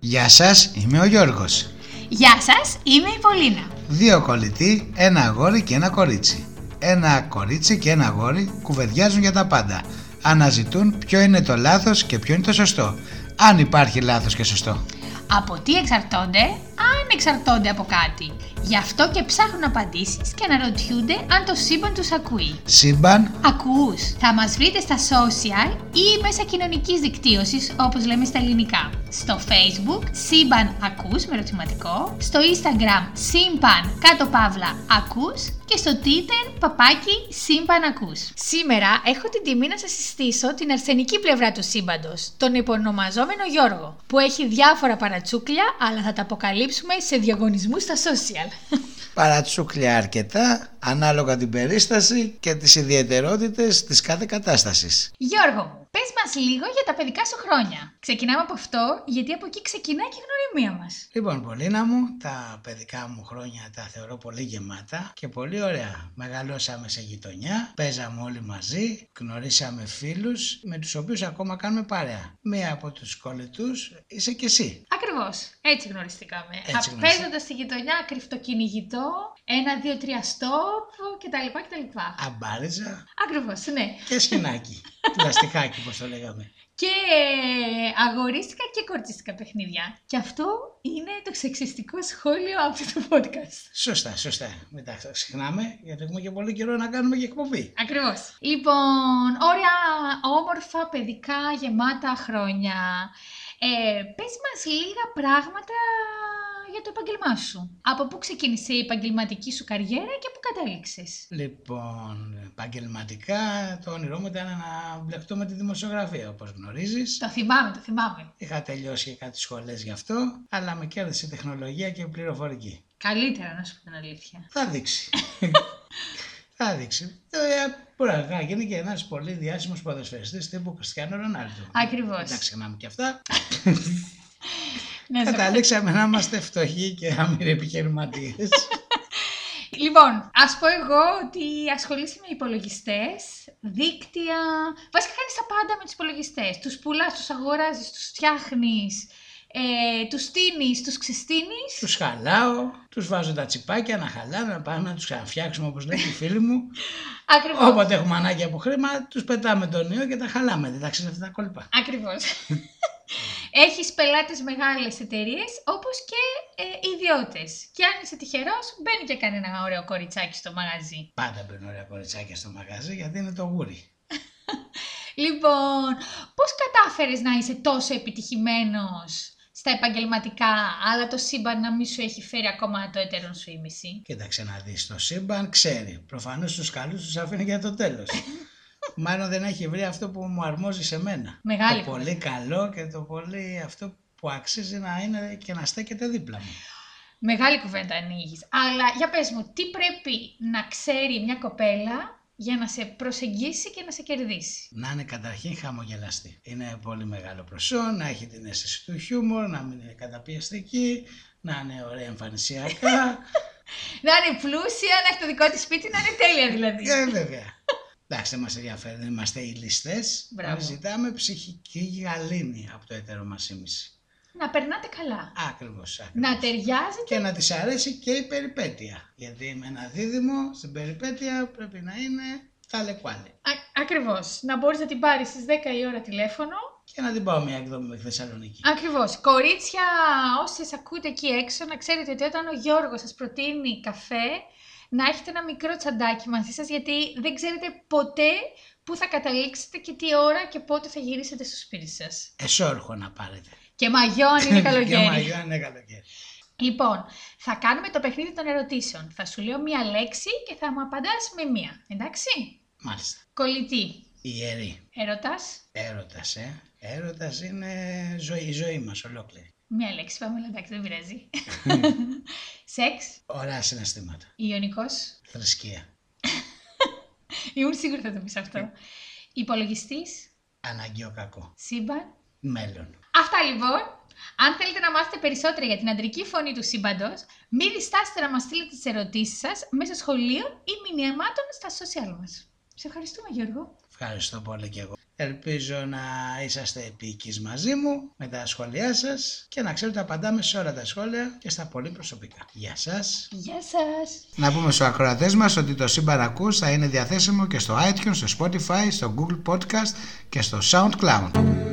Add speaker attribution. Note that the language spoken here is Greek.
Speaker 1: Γεια σας, είμαι ο Γιώργος.
Speaker 2: Γεια σας, είμαι η Πολίνα.
Speaker 1: Δύο κολλητοί, ένα αγόρι και ένα κορίτσι. Ένα κορίτσι και ένα αγόρι κουβεντιάζουν για τα πάντα. Αναζητούν ποιο είναι το λάθος και ποιο είναι το σωστό. Αν υπάρχει λάθος και σωστό.
Speaker 2: Από τι εξαρτώνται, αν εξαρτώνται από κάτι. Γι' αυτό και ψάχνουν απαντήσεις και αναρωτιούνται αν το σύμπαν τους ακούει.
Speaker 1: Σύμπαν,
Speaker 2: Ακούς, θα μας βρείτε στα social ή μέσα κοινωνικής δικτύωσης όπως λέμε στα ελληνικά. Στο facebook σύμπαν ακούς με ερωτηματικό, στο instagram σύμπαν κάτω παύλα ακούς και στο twitter παπάκι σύμπαν ακούς. Σήμερα έχω την τιμή να σας συστήσω την αρσενική πλευρά του σύμπαντος, τον υπονομαζόμενο Γιώργο, που έχει διάφορα παρατσούκλια αλλά θα τα αποκαλύψουμε σε διαγωνισμούς στα social.
Speaker 1: παρατσούκλια αρκετά, ανάλογα την περίσταση και τις ιδιαιτερότητες της κάθε κατάστασης.
Speaker 2: Γιώργο, μου, πες μας λίγο για τα παιδικά σου χρόνια. Ξεκινάμε από αυτό, γιατί από εκεί ξεκινά και η γνωριμία μας.
Speaker 1: Λοιπόν, Πολίνα μου, τα παιδικά μου χρόνια τα θεωρώ πολύ γεμάτα και πολύ ωραία. Μεγαλώσαμε σε γειτονιά, παίζαμε όλοι μαζί, γνωρίσαμε φίλους με τους οποίους ακόμα κάνουμε παρέα. Μία από τους κολλητούς είσαι και εσύ.
Speaker 2: Ακριβώς, έτσι γνωριστήκαμε.
Speaker 1: Έτσι γνωριστήκαμε.
Speaker 2: Παίζοντας στη γειτονιά, κρυφτοκυνηγητό, ένα, δύο, τρία στόπ κτλ. κτλ.
Speaker 1: Αμπάριζα
Speaker 2: Ακριβώς, ναι.
Speaker 1: και σκηνάκι. Πλαστιχάκι, όπως το λέγαμε.
Speaker 2: Και ε, αγορίστηκα και κορτσίστηκα παιχνίδια. Και αυτό είναι το σεξιστικό σχόλιο από το podcast.
Speaker 1: Σωστά, σωστά. Μην τα ξεχνάμε, γιατί έχουμε και πολύ καιρό να κάνουμε και εκπομπή.
Speaker 2: Ακριβώς. Λοιπόν, ωραία, όμορφα, παιδικά, γεμάτα χρόνια. Ε, πες μας λίγα πράγματα για το επαγγελμά σου. Από πού ξεκίνησε η επαγγελματική σου καριέρα και πού κατέληξες.
Speaker 1: Λοιπόν, επαγγελματικά το όνειρό μου ήταν να μπλεχτώ με τη δημοσιογραφία, όπως γνωρίζεις.
Speaker 2: Το θυμάμαι, το θυμάμαι.
Speaker 1: Είχα τελειώσει και κάτι σχολές γι' αυτό, αλλά με κέρδισε η τεχνολογία και η πληροφορική.
Speaker 2: Καλύτερα να σου πω την αλήθεια.
Speaker 1: Θα δείξει. Θα δείξει. Ε, Μπορεί να γίνει και ένας πολύ διάσημος ποδοσφαιριστής τύπου Κριστιανό Ρονάλντο.
Speaker 2: Ακριβώς.
Speaker 1: Δεν τα ξεχνάμε και αυτά.
Speaker 2: Ναι, σε-
Speaker 1: Καταλήξαμε να είμαστε φτωχοί και άμυροι επιχειρηματίες.
Speaker 2: Λοιπόν, ας πω εγώ ότι ασχολείσαι με υπολογιστές, δίκτυα. Βασικά κάνεις τα πάντα με τους υπολογιστές. Τους πουλάς, τους αγοράζεις, τους φτιάχνεις, ε, τους στείνεις, τους ξεστείνεις.
Speaker 1: Τους χαλάω, τους βάζω τα τσιπάκια να χαλάνε, να πάμε να τους ξαναφτιάξουμε όπως λέει οι φίλοι μου.
Speaker 2: Ακριβώς.
Speaker 1: Όποτε έχουμε ανάγκη από χρήμα, τους πετάμε τον ιό και τα χαλάμε. Δεν τα ξέρεις αυτά τα κόλπα.
Speaker 2: Ακριβώς. Έχεις πελάτες μεγάλες εταιρείες όπως και ε, ιδιώτες. Και αν είσαι τυχερός, μπαίνει και κανένα ωραίο κοριτσάκι στο μαγαζί.
Speaker 1: Πάντα μπαίνουν ωραία κοριτσάκια στο μαγαζί γιατί είναι το γούρι.
Speaker 2: Λοιπόν, πώς κατάφερες να είσαι τόσο επιτυχημένος στα επαγγελματικά, αλλά το σύμπαν να μην σου έχει φέρει ακόμα το έτερον σου ήμιση.
Speaker 1: Κοίταξε να δεις, το σύμπαν ξέρει. Προφανώς τους καλούς τους αφήνει για το τέλος. Μάλλον δεν έχει βρει αυτό που μου αρμόζει σε μένα.
Speaker 2: Μεγάλη
Speaker 1: το πολύ καλό και το πολύ αυτό που αξίζει να είναι και να στέκεται δίπλα μου.
Speaker 2: Μεγάλη κουβέντα ανοίγεις. Αλλά για πες μου, τι πρέπει να ξέρει μια κοπέλα για να σε προσεγγίσει και να σε κερδίσει.
Speaker 1: Να είναι καταρχήν χαμογελαστή. Είναι πολύ μεγάλο προσόν, να έχει την αίσθηση του χιούμορ, να μην είναι καταπιεστική, να είναι ωραία εμφανισιακά.
Speaker 2: Να είναι πλούσια, να έχει το δικό της σπίτι, να είναι τέλεια δηλαδή.
Speaker 1: ε, βέβαια. Εντάξει, δεν μας ενδιαφέρει, δεν είμαστε οι ληστές.
Speaker 2: Μπράβο.
Speaker 1: Εμείς Ζητάμε ψυχική γαλήνη από το έτερο μας ήμιση.
Speaker 2: να περνάτε καλά.
Speaker 1: Ακριβώς.
Speaker 2: Να ταιριάζετε.
Speaker 1: Και να της αρέσει και η περιπέτεια. Γιατί με ένα δίδυμο στην περιπέτεια πρέπει να είναι ταλεκουάλι.
Speaker 2: Α- Ακριβώς. Να μπορείς να την πάρεις στις 10 η ώρα τηλέφωνο
Speaker 1: Και να την πάω μια εκδομή με τη Θεσσαλονίκη.
Speaker 2: Ακριβώς. Κορίτσια, όσες ακούτε εκεί έξω, να ξέρετε ότι όταν ο Γιώργος σας προτείνει καφέ, να έχετε ένα μικρό τσαντάκι μαζί σας, γιατί δεν ξέρετε ποτέ πού θα καταλήξετε και τι ώρα και πότε θα γυρίσετε στο σπίτι σας.
Speaker 1: Εσόρχο να πάρετε.
Speaker 2: Και μαγιόν είναι
Speaker 1: Και
Speaker 2: καλοκαίρι.
Speaker 1: μαγιό είναι καλοκαίρι.
Speaker 2: λοιπόν, θα κάνουμε το παιχνίδι των ερωτήσεων. Θα σου λέω μία λέξη και θα μου απαντάς με μία. Εντάξει.
Speaker 1: Μάλιστα.
Speaker 2: Κολλητή.
Speaker 1: Ιερή.
Speaker 2: Ερωτάς.
Speaker 1: Έρωτας, ε. Έρωτας είναι ζωή, η ζωή μας ολόκληρη.
Speaker 2: Μία λέξη, πάμε, αλλά εντάξει, δεν πειράζει. Σεξ.
Speaker 1: Ωραία συναισθήματα.
Speaker 2: Ιωνικός.
Speaker 1: Θρησκεία.
Speaker 2: Ήμουν σίγουρη θα το πεις αυτό. Υπολογιστής,
Speaker 1: Αναγκαίο κακό.
Speaker 2: σύμπαν.
Speaker 1: Μέλλον.
Speaker 2: Αυτά λοιπόν. Αν θέλετε να μάθετε περισσότερα για την αντρική φωνή του σύμπαντος, μην διστάσετε να μας στείλετε τις ερωτήσεις σας μέσω σχολείων ή μηνυαμάτων στα social μας. Σε ευχαριστούμε, Γιώργο.
Speaker 1: Ευχαριστώ πολύ και εγώ. Ελπίζω να είσαστε επίκης μαζί μου με τα σχόλιά σας και να ξέρετε απαντάμε σε όλα τα σχόλια και στα πολύ προσωπικά. Γεια σας.
Speaker 2: Γεια σας.
Speaker 1: Να πούμε στους ακροατές μας ότι το Σύμπαν Ακούς θα είναι διαθέσιμο και στο iTunes, στο Spotify, στο Google Podcast και στο SoundCloud.